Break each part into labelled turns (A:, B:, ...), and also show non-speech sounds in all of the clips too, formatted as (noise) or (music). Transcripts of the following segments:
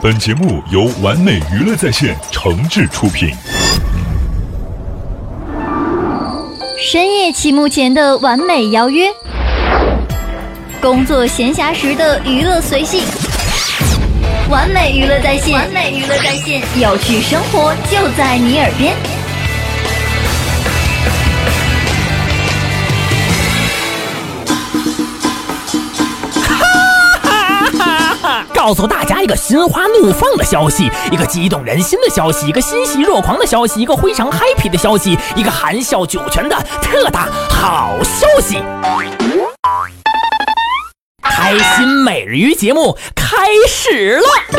A: 本节目由完美娱乐在线诚挚出品。
B: 深夜起幕前的完美邀约，工作闲暇时的娱乐随性，完美娱乐在线，完美娱乐在线，有趣生活就在你耳边。
C: 告诉大家一个心花怒放的消息，一个激动人心的消息，一个欣喜若狂的消息，一个非常 happy 的消息，一个含笑九泉的特大好消息！开心每日鱼节目开始 (laughs) 了。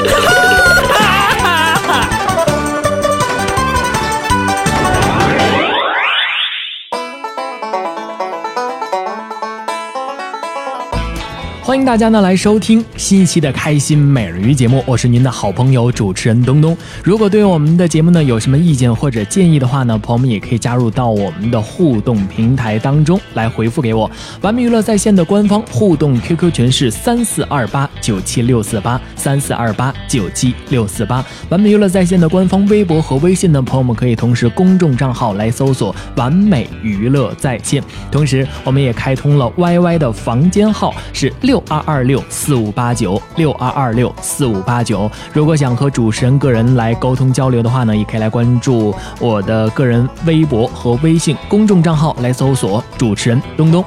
D: 欢迎大家呢来收听新一期的开心每日鱼节目，我是您的好朋友主持人东东。如果对我们的节目呢有什么意见或者建议的话呢，朋友们也可以加入到我们的互动平台当中来回复给我。完美娱乐在线的官方互动 QQ 群是三四二八九七六四八三四二八九七六四八。完美娱乐在线的官方微博和微信呢，朋友们可以同时公众账号来搜索“完美娱乐在线”。同时，我们也开通了 YY 的房间号是六二二六四五八九六二二六四五八九。如果想和主持人个人来沟通交流的话呢，也可以来关注我的个人微博和微信公众账号来搜索主持人东东。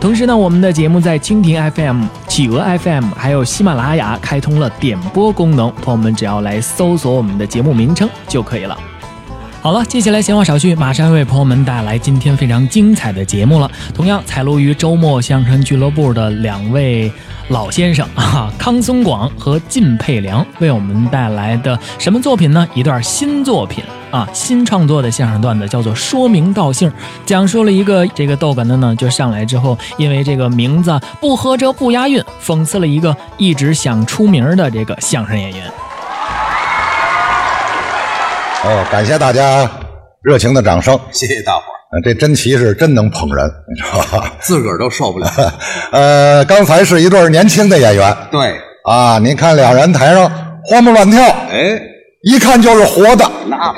D: 同时呢，我们的节目在蜻蜓 FM、企鹅 FM 还有喜马拉雅开通了点播功能，朋友们只要来搜索我们的节目名称就可以了。好了，接下来闲话少叙，马上为朋友们带来今天非常精彩的节目了。同样采录于周末相声俱乐部的两位老先生啊，康松广和靳佩良为我们带来的什么作品呢？一段新作品啊，新创作的相声段子叫做《说明道姓》，讲述了一个这个逗哏的呢，就上来之后，因为这个名字不合辙不押韵，讽刺了一个一直想出名的这个相声演员。
E: 哦，感谢大家热情的掌声。
F: 谢谢大伙儿，
E: 呃这真奇是真能捧人，你知道吧？ (laughs)
F: 自个儿都受不了。
E: 呃，刚才是一对儿年轻的演员
F: (laughs) 对，
E: 啊，您看两人台上活蹦乱跳，
F: 哎，
E: 一看就是活的，
F: 那，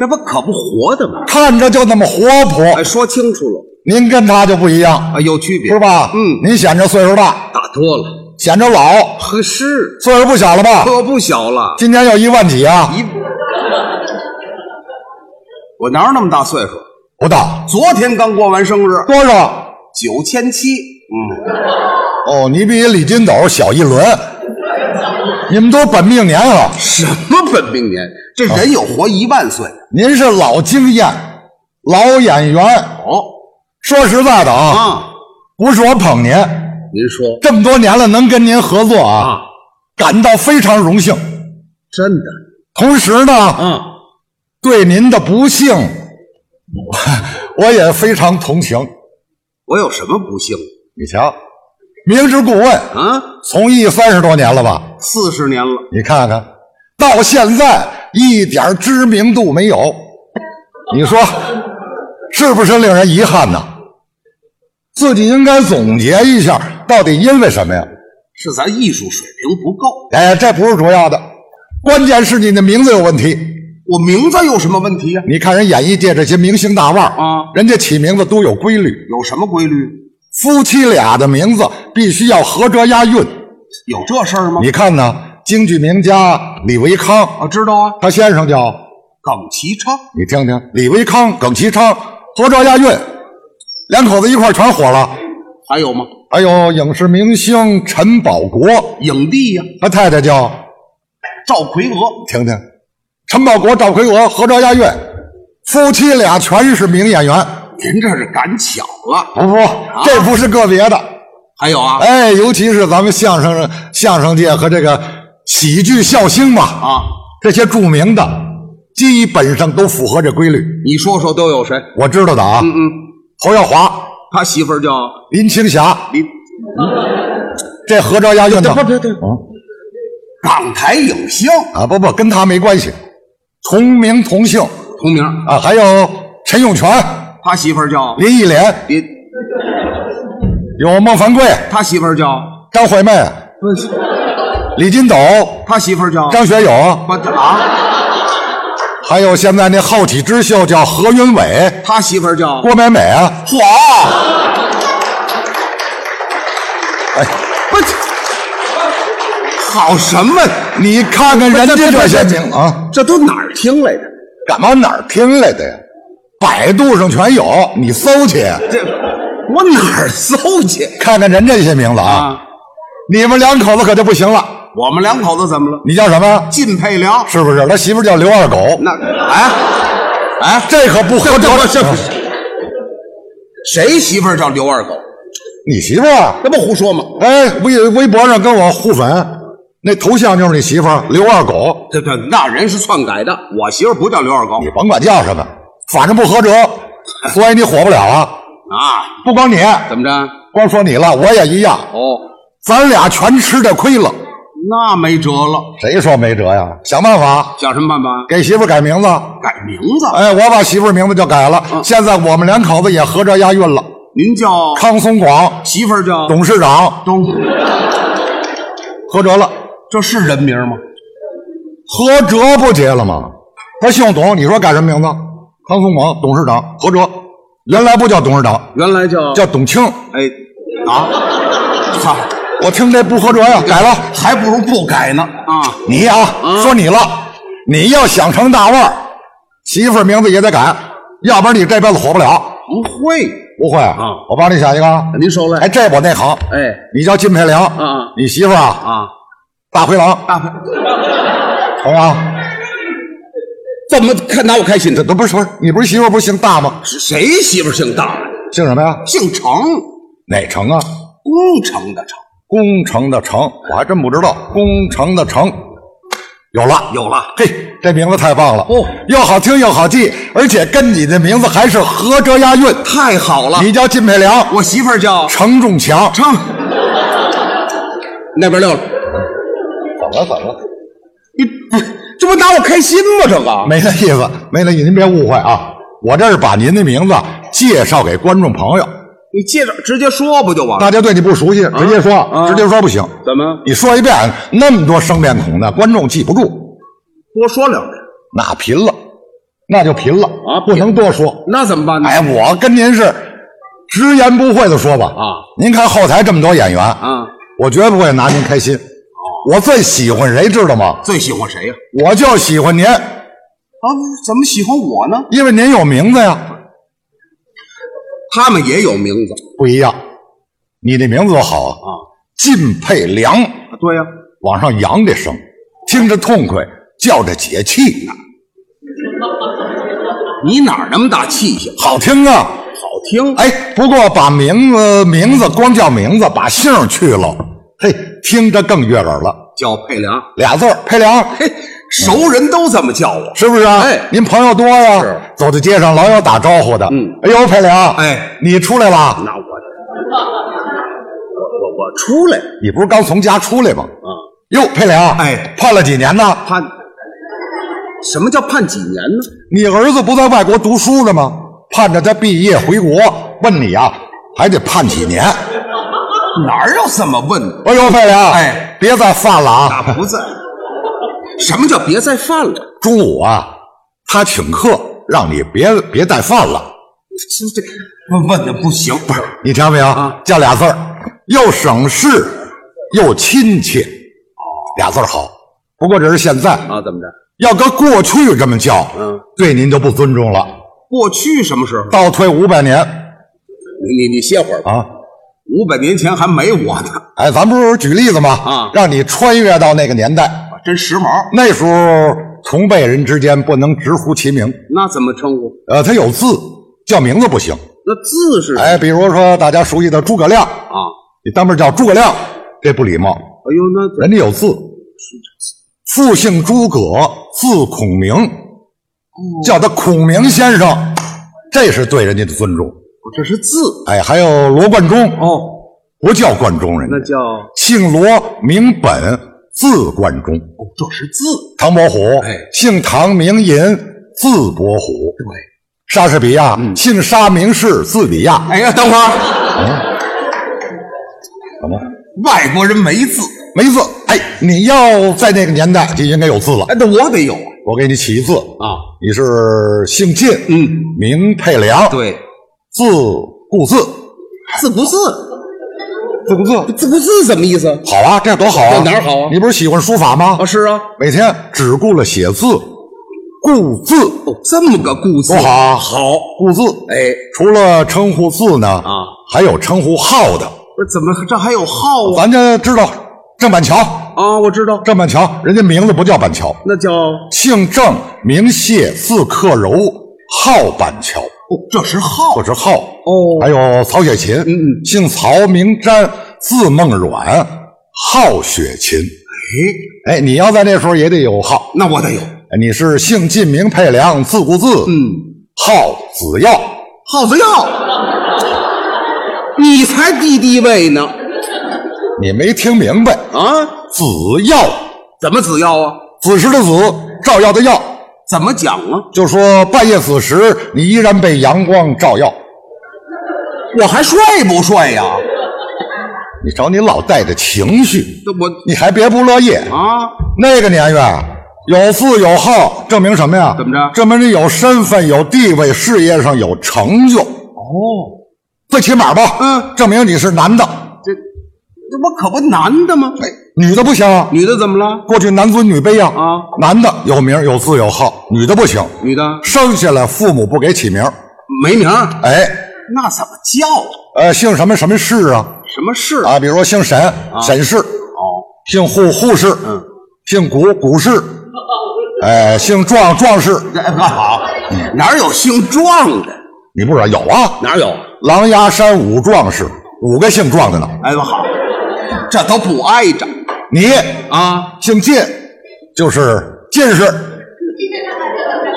F: 这不可不活的吗？
E: 看着就那么活
F: 哎，
E: 泼。
F: 说清楚了
E: 您跟他就不一样
F: 啊，，有区别
E: 是？吧？
F: 嗯
E: 您显着岁数大，
F: 大多了，
E: 显着老，
F: 呵，是
E: 岁数不小了吧？
F: 可不小了。
E: 今年要一万几啊？
F: 一，我哪有那么大岁数？
E: 不到
F: 昨天刚过完生日，
E: 多少？
F: 九千七。嗯，
E: 哦，你比李金斗小一轮，你们都本命年了。
F: 什么本命年？这人有活一万岁
E: 您是老经验、老演员。
F: 哦
E: 说实在的啊，
F: 啊！
E: 不是我捧您，
F: 您说
E: 这么多年了，能跟您合作啊，
F: 啊，
E: 感到非常荣幸。
F: 真的
E: 同时呢，
F: 啊，
E: 对您的不幸， (laughs) 我我也非常同情。
F: 我有什么不幸
E: 你瞧，明知故问，
F: 啊？
E: 从艺三十多年了吧？
F: 四十年了，
E: 你看看，到现在一点知名度没有，你说是不是令人遗憾呢？自己应该总结一下，到底因为什么呀？
F: 是咱艺术水平不够。
E: 哎，这不是主要的，关键是你的名字有问题。
F: 我名字有什么问题呀、
E: 你看人演艺界这些明星大腕儿
F: 啊
E: 人家起名字都有规律，
F: 有什么规律？
E: 夫妻俩的名字必须要合辙押韵。
F: 有这事儿吗？
E: 你看呢？京剧名家李维康，
F: 啊，知道啊，
E: 他先生叫
F: 耿其昌
E: 你听听，李维康、耿其昌合辙押韵，两口子一块儿全火了。
F: 还有吗？
E: 还有影视明星陈宝国，
F: 影帝呀、
E: 他太太叫
F: 赵奎娥，
E: 听听，陈宝国、赵奎娥合辙押韵，夫妻俩全是名演员。
F: 您这是赶巧了。
E: 不不，这不是个别的，
F: 还有啊
E: 哎，尤其是咱们相声相声界和这个喜剧笑星嘛，
F: 啊，
E: 这些著名的，基本上都符合这规律。
F: 你说说都有谁？
E: 我知道的啊，
F: 嗯嗯，
E: 侯耀华、
F: 他媳妇儿叫
E: 林青霞，
F: 李，
E: 这合辙押韵的
F: 对对，港台影星
E: 啊，不不，跟他没关系，同名同姓
F: 同名，
E: 啊。还有陈永泉、
F: 他媳妇儿叫
E: 林忆莲，
F: 李，
E: 有孟凡贵、
F: 他媳妇儿叫
E: 张惠妹，
F: 不是
E: 李金斗、
F: 他媳妇儿叫
E: 张学友，
F: 不啊，
E: 还有现在那后起之秀叫何云伟、
F: 他媳妇儿叫
E: 郭美美啊，
F: 嚯！
E: 哎，
F: 不是，好什么？
E: 你看看人家这些名啊，
F: 这都哪儿听来的？
E: 干嘛哪儿听来的呀？百度上全有，你搜去
F: 这我哪儿搜去
E: 看看人家这些名字啊。？你们两口子可就不行了，
F: 我们两口子怎么了？
E: 你叫什么呀？
F: 靳配良
E: 是不是？他媳妇叫刘二狗，啊
F: 那哎哎，
E: (laughs) 这可不合辙。
F: 谁媳妇儿叫刘二狗？
E: 你媳妇儿啊？
F: 那不胡说吗？
E: 哎，微微博上跟我互粉，那头像就是你媳妇儿刘二狗，
F: 对对，那人是篡改的。我媳妇儿不叫刘二狗
E: 你甭管叫什么，反正不合辙，所以你火不了啊。
F: 啊？
E: 不光你，
F: 怎么着？
E: 光说你了，我也一样，
F: 哦，
E: 咱俩全吃这亏了。
F: 那没辙了，
E: 谁说没辙呀？想办法
F: 想什么办法？
E: 给媳妇儿改名字。
F: 改名字？
E: 哎，我把媳妇儿名字就改了，现在我们两口子也合辙押韵了。
F: 您叫
E: 康松广
F: 媳妇儿叫
E: 董事长
F: 东，
E: 合辙了，
F: 这是人名吗？
E: 合辙不结了吗？他姓董，你说改什么名字？康松广董事长合辙，原来不叫董事长，
F: 原来叫
E: 叫董卿。
F: 哎啊，操，
E: 我听这不合辙呀，改了。
F: 还不如不改呢啊！
E: 你呀、说你了，你要想成大腕儿，媳妇儿名字也得改，要不然你这辈子火不了。
F: 不会，
E: 不会啊，我帮你想一个啊。
F: 您受累
E: 哎，这我内行。
F: 嗯哎，
E: 你叫金佩良，
F: 嗯
E: 你媳妇儿啊，
F: 啊，
E: 大灰狼，
F: 大牌
E: 好吧？
F: 怎么看拿我开心
E: 这
F: 这
E: 都不是不是，你不是媳妇儿不是姓大吗？
F: 谁媳妇儿姓大呀？
E: 姓什么呀？
F: 姓程，
E: 哪成啊？
F: 工程的程。
E: 工程的程，我还真不知道。工程的程，有了
F: 有了
E: 嘿，这名字太棒了
F: 哦
E: 又好听又好记，而且跟你的名字还是合辙押韵。
F: 太好了
E: 你叫金佩良，
F: 我媳妇儿叫
E: 程仲强，
F: 程，那边溜了，
E: 怎么怎么
F: 你这不拿我开心吗？这个
E: 没那意思，没那意思，您别误会啊，我这是把您的名字介绍给观众朋友，
F: 你接着直接说不就完了？
E: 大家对你不熟悉，直接说，
F: 啊啊
E: 直接说不行，
F: 怎么
E: 你说一遍那么多生面孔的观众记不住，
F: 多说两句？
E: 那贫了，那就贫了
F: 啊
E: 不能多说。
F: 那怎么办
E: (laughs)
F: 呢？
E: 哎，我跟您是直言不讳的说吧，
F: 啊，
E: 您看后台这么多演员，
F: 啊，哦
E: 我绝不会拿您开心，我最喜欢谁知道吗？
F: 最喜欢谁呀、
E: 我就喜欢您，
F: 啊？怎么喜欢我呢？
E: 因为您有名字呀。
F: 他们也有名字
E: 不一样。你这名字多好啊！
F: 啊？
E: 靳配良，
F: 对呀、
E: 往上扬这声，听着痛快，叫着解气呢，
F: 你哪儿那么大气性？
E: 好听啊！
F: 好听哎，
E: 哎，不过把名字名字光叫名字，把姓儿去了，嘿，听着更悦耳了。
F: 叫配良，
E: 俩字儿配良，
F: 嘿，熟人都这么叫我。
E: 是不是啊？
F: 哎
E: 您朋友多呀、
F: 是
E: 走在街上老有打招呼的。
F: 嗯
E: 哎呦，配良，
F: 哎，
E: 你出来了？
F: 那我我我我出来
E: 你不是刚从家出来吗？
F: 啊，
E: 哟，配良，
F: 哎
E: 判了几年呢？
F: 判什么叫判几年呢？
E: 你儿子不在外国读书了吗？盼着他毕业回国，问你啊，还得盼几年？
F: 哪有这么问的？
E: 哎呦，费良，
F: 哎，
E: 别再犯了啊！
F: 啊，不在。 (laughs) 什么叫别再犯了？
E: 中午啊，他请客，让你别别再犯了。
F: 这这问问的不行，不是
E: 你听到没有？
F: 啊
E: 叫俩字儿，又省事又亲切，俩字儿好。不过这是现在，
F: 啊？怎么着？
E: 要搁过去这么叫，
F: 嗯，
E: 对您就不尊重了。
F: 过去什么时候？
E: 倒退五百年
F: 你你你歇会儿吧，
E: 啊！
F: 五百年前还没我呢，
E: 哎，咱不是举例子吗？
F: 啊
E: 让你穿越到那个年代。
F: 真时髦。
E: 那时候同辈人之间不能直呼其名，
F: 那怎么称呼？
E: 呃，他有字叫名字不行。
F: 那字是什么
E: 哎，比如说大家熟悉的诸葛亮，
F: 啊？
E: 你当面叫诸葛亮，这不礼貌，
F: 哎呦，那
E: 人家有字。父姓诸葛，字孔明，叫他孔明先生，这是对人家的尊重。
F: 这是字
E: 哎，还有罗贯中，
F: 哦，
E: 不叫贯中人家
F: 那，叫
E: 姓罗名本，字贯中。
F: 哦，这是字。
E: 唐伯虎，
F: 哎
E: 姓唐名寅，字伯虎。
F: 对，
E: 莎士比亚，姓沙名士，字比亚。
F: 哎呀，等会儿，
E: 怎么？
F: 哦外国人没字，
E: 没字。哎，你要在那个年代就应该有字了
F: 哎，。那我得有
E: 我给你起一字，
F: 啊。
E: 你是姓靳，
F: 嗯，
E: 名佩良，，
F: 对，
E: 字顾字，
F: 字不字，
E: 字顾字，
F: 字不字什么意思？
E: 好啊，这样多好啊！
F: 这哪儿好啊
E: 你哦不是喜欢书法吗？
F: 啊，是啊，
E: 每天只顾了写字，顾字
F: 哦，这么个故事
E: 多好啊！好，顾字。
F: 哎，
E: 除了称呼字呢，
F: 啊，
E: 还有称呼号的。
F: 不是怎么这还有号啊？
E: 咱这知道郑板桥，
F: 啊，我知道，
E: 郑板桥，人家名字不叫板桥，
F: 那叫
E: 姓郑，名谢，字克柔，号板桥，
F: 哦，这是号
E: 或者号。
F: 哦
E: 还有曹雪芹，嗯
F: 嗯
E: 姓曹，名瞻，字梦阮，号雪芹。
F: 哎，
E: 哎，你要在那时候也得有号。
F: 那我得有，
E: 你是姓靳名佩良，字顾字，
F: 嗯，
E: 号子耀。
F: 耗子药，你才低地位呢
E: 你没听明白？
F: 啊？
E: 子耀，
F: 怎么子药啊？
E: 子时的子，照耀的耀，
F: 怎么讲啊？
E: 就说半夜子时，你依然被阳光照耀。
F: 我还帅不帅呀、
E: 你找你老带着情绪，
F: 这我
E: 你还别不乐意。
F: 啊，
E: 那个年月，啊有字有号，证明什么呀？
F: 怎么着
E: 证明你有身份、有地位、事业上有成就。
F: 哦，
E: 最起码吧，
F: 嗯，
E: 证明你是男的，
F: 这不可不男的吗？哎
E: 女的不行啊。
F: 女的怎么了？
E: 过去男尊女卑呀，
F: 啊
E: 男的有名有字有号，女的不行，
F: 女的
E: 生下来父母不给起名，
F: 没名儿，
E: 哎，
F: 那怎么叫啊？
E: 呃，姓什么什么氏啊？
F: 什么事啊？
E: 啊，比如说姓沈，沈氏，
F: 哦，
E: 姓户，户氏，
F: 嗯，
E: 姓谷，谷
F: (laughs)
E: 氏，哎，姓壮，壮氏，
F: 这哎好，哪儿有姓壮的？
E: 你不知道有啊？
F: 哪儿有？
E: 狼牙山五壮士，五个姓壮的呢。
F: 哎，好，这都不挨着
E: 你
F: 啊。
E: 姓靳，就是进
F: (laughs)
E: 士，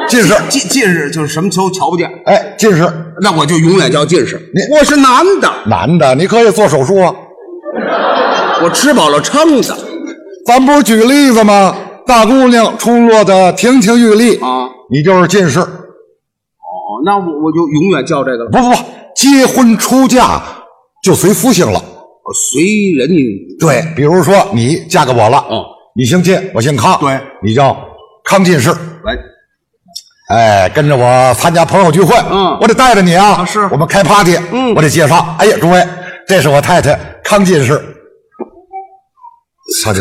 E: 进士，
F: 近近视就是什么球瞧不见，
E: 哎，进士，
F: 那我就永远叫近视
E: 你。
F: 我是男的，
E: 男的，你可以做手术啊。
F: 我吃饱了撑的哦
E: 咱不是举例子吗？大姑娘出落的亭亭玉立，
F: 啊。
E: 你就是进士。
F: 哦，那我我就永远叫这个了。
E: 不不不，结婚出嫁就随夫姓了。
F: 我随人家
E: 对，比如说你嫁给我了，
F: 哦，
E: 你姓靳，我姓康，
F: 对，
E: 你叫康进士。
F: 来，
E: 哎，跟着我参加朋友聚会，
F: 嗯
E: 我得带着你啊，
F: 啊是
E: 我们开 party，
F: 嗯
E: 我得介绍。哎呀，诸位，这是我太太康进士，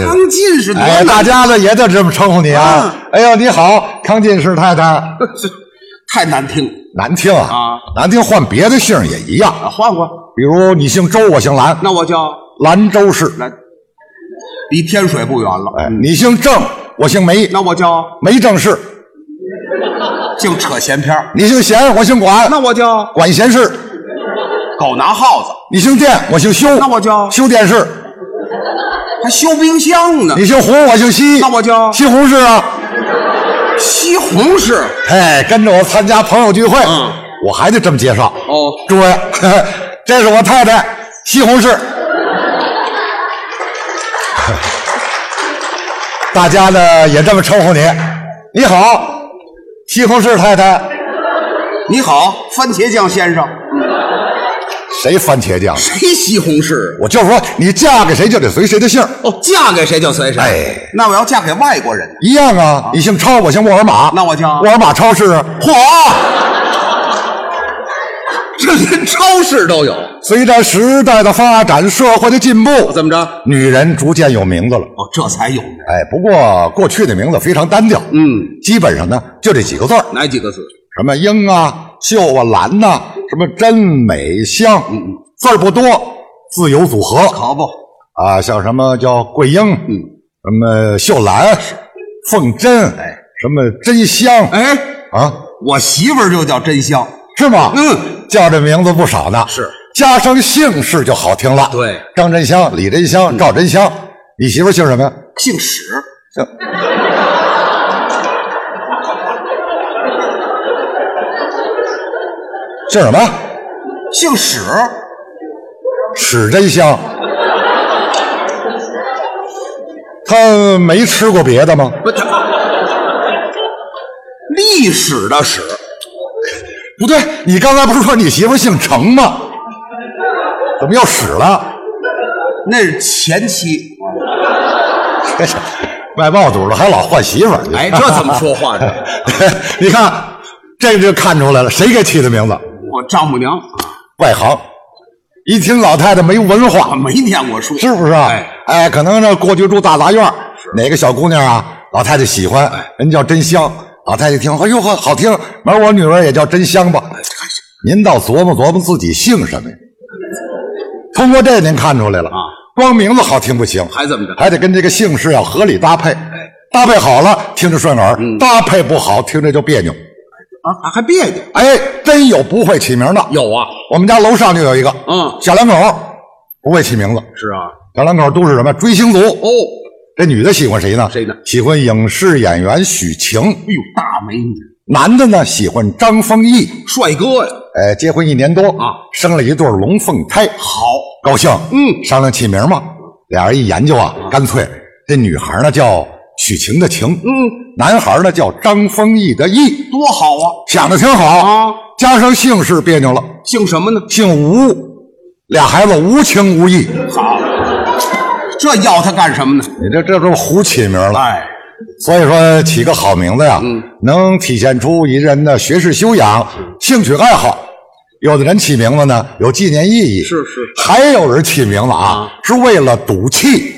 E: 康进士，
F: 当近视多
E: 哎，大
F: 难，
E: 家呢也得这么称呼你啊
F: 啊。
E: 哎呦，你好，康进士太太，
F: (laughs) 太难听了。
E: 难听啊，
F: 啊
E: 难听，换别的姓儿也一样。
F: 啊，换换，
E: 比如你姓周，我姓兰，
F: 那我叫
E: 兰州市；
F: 来，离天水不远了。
E: 哎，你姓郑，我姓梅，
F: 那我叫
E: 梅郑氏；
F: 净扯闲篇儿
E: 你姓贤，我姓管，
F: 那我叫
E: 管闲事；
F: 狗拿耗子，
E: 你姓店，我姓修，
F: 那我叫
E: 修电视；
F: 还修冰箱呢。
E: 你姓胡，我姓西，
F: 那我叫
E: 西红柿啊。
F: 西红柿。
E: 哎，跟着我参加朋友聚会，
F: 嗯
E: 我还得这么介绍。
F: 哦，
E: 诸位， (laughs) 呵呵这是我太太西红柿。 (laughs) 大家呢也这么称呼你，你好，西红柿太太，
F: 你好，番茄酱先生。
E: 谁番茄酱？
F: 谁西红柿？
E: 我就说你嫁给谁就得随谁的姓儿，
F: 哦，嫁给谁就随谁。
E: 哎，
F: 那我要嫁给外国人呢，
E: 一样啊。你姓超，我姓沃尔玛，
F: 那我叫
E: 沃尔玛超市。嚯，
F: 这连超市都有。哦
E: 随着时代的发展，社会的进步，
F: 怎么着？
E: 女人逐渐有名字了。
F: 哦，这才有呢。
E: 哎，不过过去的名字非常单调，
F: 嗯，
E: 基本上呢就这几个字儿。
F: 哪几个字？
E: 什么英啊、秀啊、兰呐、什么真美香，字儿不多，自由组合
F: 好不？
E: 啊，像什么叫桂英，什么秀兰、凤珍，
F: 哎，
E: 什么真香，
F: 哎，
E: 啊，
F: 我媳妇儿就叫真香。
E: 是吗？
F: 嗯，
E: 叫这名字不少呢，
F: 是
E: 加上姓氏就好听了。
F: 对，
E: 张真香、李真香、赵真香，你媳妇儿姓什么呀？
F: 姓史，
E: 姓什么？
F: 姓史，
E: 史真香。她没吃过别的吗？
F: 不，他历史的史，
E: 不对，你刚才不是说你媳妇儿姓程吗？怎么又史了？
F: 那是前期。
E: 这是外贸主了，还老换媳妇儿。
F: 哎，这怎么说话呢？
E: (laughs) 你看，这就看出来了，谁给起的名字？
F: (laughs) 我丈母娘
E: 外行，一听老太太没文
F: 啊，
E: 化，
F: 没念过书，
E: 是不是啊？
F: 哎，
E: 哎，可能这过去住大杂院儿，哪个小姑娘啊，老太太喜欢，
F: 哎
E: 人叫真香。老太太一听，哎呦呵，好听，明儿我女儿也叫真香
F: 哎
E: 吧。您倒琢磨琢磨自己姓什么呀？通过这您看出来了啊，光名字好听不行，
F: 还哎怎么着？
E: 还得跟这个姓氏要合理搭配。搭配好了，听着顺耳；
F: 嗯
E: 搭配不好，听着就别扭。
F: 啊，还别扭？
E: 哎，真有不会起名的。
F: 有啊，
E: 我们家楼上就有一个，
F: 嗯
E: 小两口不会起名字，
F: 是啊，
E: 小两口都是什么追星族哦。这女的喜欢谁呢？
F: 谁呢
E: 喜欢影视演员许晴。
F: 哎呦，大美女，
E: 男的呢喜欢张丰毅。
F: 帅哥呀，
E: 呃，结婚一年多
F: 啊
E: 生了一对龙凤胎，好高兴。
F: 嗯
E: 商量起名嘛，俩人一研究啊，干脆这女孩呢叫许晴的晴，嗯，男孩呢叫张丰毅的毅，
F: 多好啊！
E: 想的挺好
F: 啊
E: 加上姓氏别扭了，
F: 姓什么呢？
E: 姓吴，俩孩子无情无义，
F: 好，这要他干什么呢？
E: 你这这都胡起名了。
F: 哎，
E: 所以说起个好名字呀，
F: 嗯
E: 能体现出一人的学识修养、兴趣爱好。有的人起名字呢有纪念意义，
F: 是是，
E: 还有人起名字啊是为了赌气，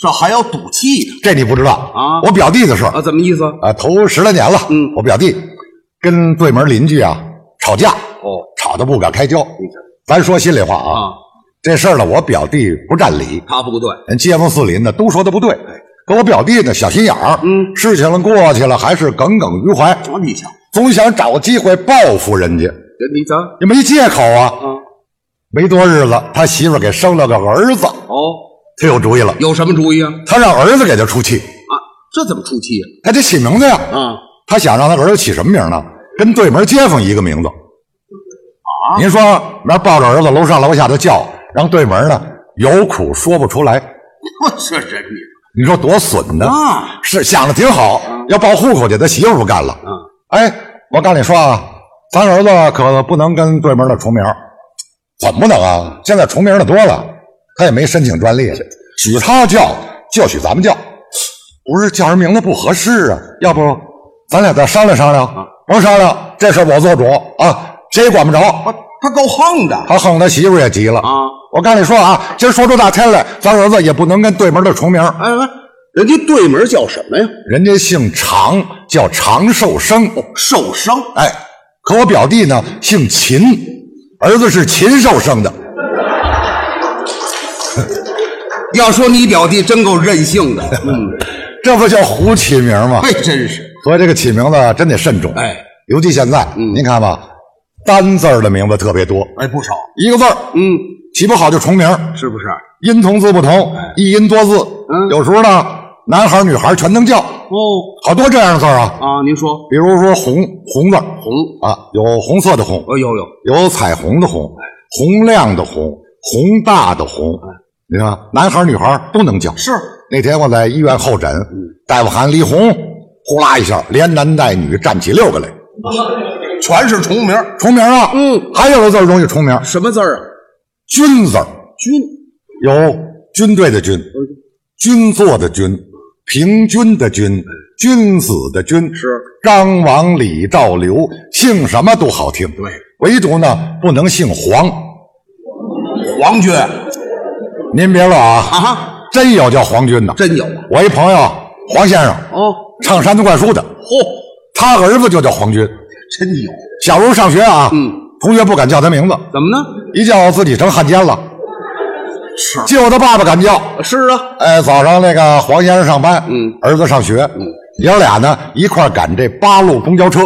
F: 这还要赌气呢
E: 这你不知道
F: 啊
E: 我表弟的事儿
F: 啊？怎么意思？
E: 啊，头十来年了，
F: 嗯
E: 我表弟跟对门邻居啊吵架，
F: 哦，
E: 吵得不可开交。咱说心里话啊，
F: 啊，
E: 这事儿呢，我表弟不占理，
F: 他不对，
E: 人街坊四邻的都说他不对，可我表弟呢小心眼儿，
F: 哎嗯
E: 事情了过去了，还是耿耿于怀，
F: 我你瞧，
E: 总想找个机会报复人家，
F: 你瞧，
E: 也没借口啊。
F: 嗯
E: 没多日子，他媳妇儿给生了个儿子，
F: 哦，
E: 他有主意了，
F: 有什么主意啊？
E: 他让儿子给他出气，
F: 啊，这怎么出气呀？
E: 他得起名字呀。
F: 啊，
E: 他想让他儿子起什么名呢？跟对门街坊一个名字。啊，您说，那抱着儿子楼上楼下的叫，让对门呢有苦说不出来，
F: 我 (laughs) 这人你
E: 你说多损呢？
F: 啊，
E: 是想的挺好，要报户口去，他媳妇儿不干了。
F: 嗯，
E: 哎，我跟你说啊，咱儿子可不能跟对门的重名儿，怎么不能啊？现在重名的多了，他也没申请专利，许他叫就许咱们叫，不是叫人名字不合适啊？要不咱俩再商量商量，甭商量，这事儿我做主啊，谁也管不着。
F: 他够横的
E: 他横他媳妇儿也急了
F: 啊！
E: 我跟你说啊，今儿说出大天来，咱儿子也不能跟对门的重名儿，
F: 哎哎，人家对门叫什么呀？
E: 人家姓常，叫常寿生。
F: 受伤，
E: 哎，可我表弟呢姓秦，儿子是禽兽生的。
F: 要说你表弟真够任性 (laughs) 的，嗯，
E: 这不叫胡起名吗？
F: 哎，真是，
E: 所以这个起名字真得慎重。
F: 哎，
E: 尤其现在，您看吧，单字儿的名字特别多，
F: 哎，不少，
E: 一个字儿
F: 嗯，
E: 起不好就重名儿，
F: 是不是？
E: 音同字不同，一音多字。
F: 哎嗯
E: 有时候呢，男孩儿女孩儿全能叫，
F: 哦，
E: 好多这样的字儿啊。
F: 啊，您说
E: 比如说红红字儿
F: 红，
E: 啊，有红色的红，
F: 哦，有有，
E: 有彩虹的红，洪亮的洪，宏大的宏。你看，男孩儿女孩儿都能叫。
F: 是嗯
E: 那天我在医院候诊，大夫喊李红，呼啦一下，连男带女站起六个来，
F: 全是重名，
E: 重名啊。
F: 嗯，
E: 还有个字儿容易重名，
F: 什么字儿啊？
E: 军字儿
F: 军，
E: 有军队的军，
F: 嗯
E: 军座的军，平均的均，君子的君
F: 嗯是
E: 张王李赵刘，姓什么都好听，
F: 对，
E: 唯独呢不能姓黄。
F: 皇军
E: 您别乐啊
F: 啊哈，
E: 真有叫黄军的。
F: 真有啊，
E: 我一朋友黄先生
F: 哦，
E: 唱山东灌书的，
F: 嚯，
E: 他儿子就叫黄军。
F: 真有，
E: 小时候上学啊，
F: 嗯
E: 同学不敢叫他名字，
F: 怎么呢？
E: 一叫自己成汉奸了。
F: 是
E: 就他爸爸敢叫。
F: 是啊，
E: 哎，早上那个黄先生上班，
F: 嗯
E: 儿子上学，爷儿俩呢一块儿赶这八路公
F: (laughs)
E: 交车。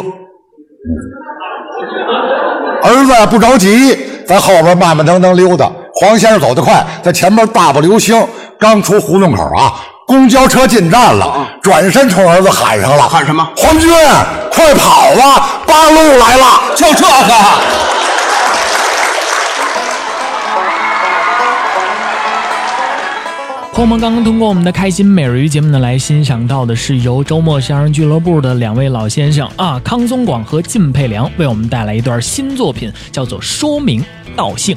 E: 儿子不着急，在后边慢慢腾腾溜达。黄先生走得快，在前边大步流星，刚出胡同口啊，公交车进站了，转身冲儿子喊上了：“
F: 啊喊什么
E: 黄军，快跑啊！八路来了！”就这个，
D: 朋友们刚刚通过我们的开心每日鱼节目呢，来欣赏到的是由周末相声俱乐部的两位老先生啊，康宗广和靳佩良为我们带来一段新作品，叫做《说明道姓》。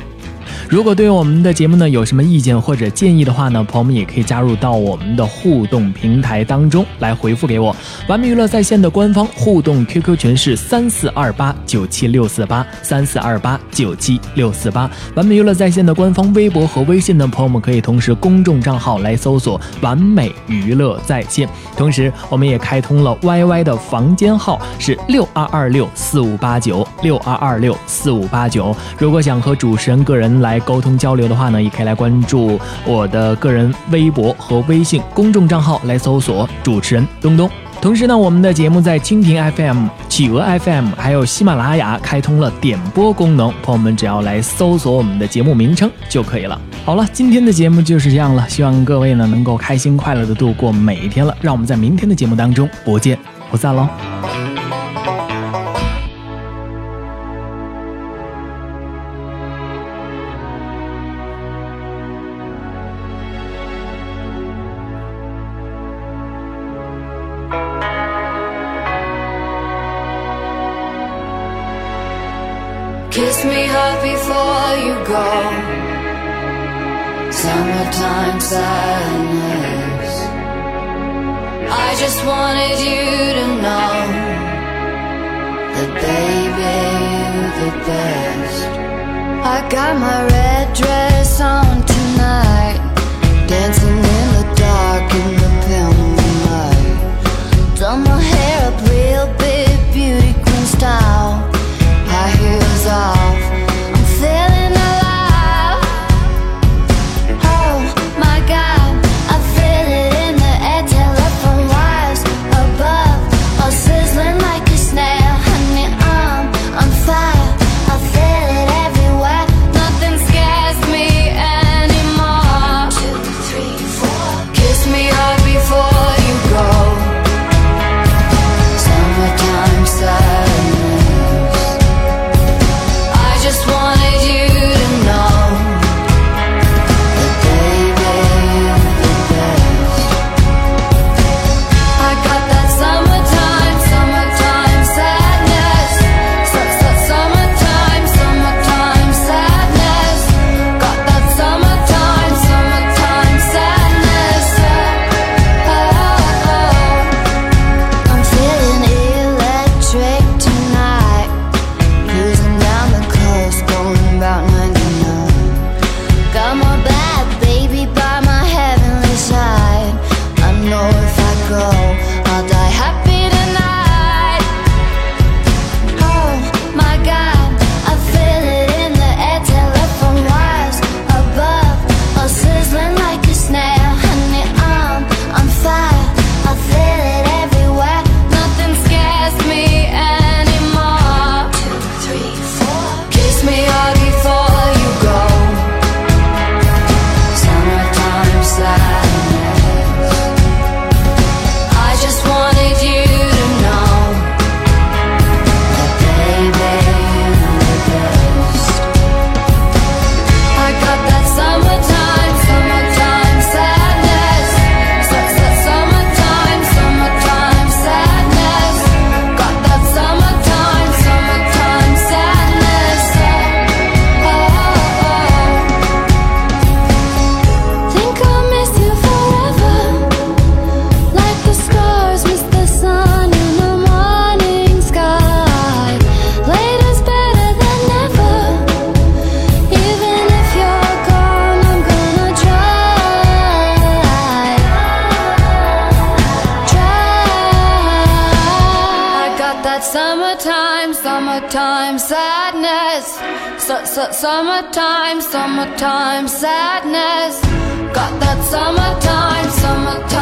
D: 如果对我们的节目呢有什么意见或者建议的话呢，朋友们也可以加入到我们的互动平台当中来回复给我。完美娱乐在线的官方互动 QQ 群是三四二八九七六四八三四二八九七六四八。完美娱乐在线的官方微博和微信呢，朋友们可以同时公众账号来搜索“完美娱乐在线”。同时，我们也开通了 YY 的房间号是六二二六四五八九六二二六四五八九。如果想和主持人个人来沟通交流的话呢，也可以来关注我的个人微博和微信公众账号来搜索主持人东东。同时呢，我们的节目在蜻蜓 FM、企鹅 FM 还有喜马拉雅开通了点播功能，朋友们只要来搜索我们的节目名称就可以了。好了，今天的节目就是这样了，希望各位呢能够开心快乐的度过每一天了。让我们在明天的节目当中不见不散喽。
G: Kiss me hard before you go. Summertime sadness. I just wanted you to know that, baby, you're the best. I got my red dress on tonight, dancing in the dark in the pale moonlight. Done my hair up real big, beauty queen style. High heels off, I'm feeling alive. Oh my God, I feel it in the air. Telephone wires above, all sizzling like a snail. Honey, I'm on fire. I feel it everywhere. Nothing scares me anymore. Two, three, four. Kiss me hard before you go. Summertime sadness. I just wanted you to know that, baby, you're the best. I got that summertime, summertime sadness. Summertime, summertime sadness. Got that summertime, summertime sadness. Ah, I'm feeling electric tonight. Cruising down the coast, going about 99. Got my bad baby by my heavenly side. I know if I go, I'll die happy tonight. Oh my God, I feel it in the air. Telephone wires above, all sizzling like a snail. Honey, I'm on fire. I feel it everywhere. Nothing scares me anymore. Two, three, four. Kiss me hard before you go. Summertime sadness. I just wanted you to know. I got that summertime, summertime sadness. Summertime, summertime sadness. Got that summertime, summertime sadness. Think I'll miss you forever. Like the stars miss the sun in the morning sky. Later's better than never. Even if you're gone, I'm gonna try. Try. I got that summertime, summertime sadness. Su- su- Summertime, Oh, summertime sadness. Got that summertime, summertime. oh. Oh,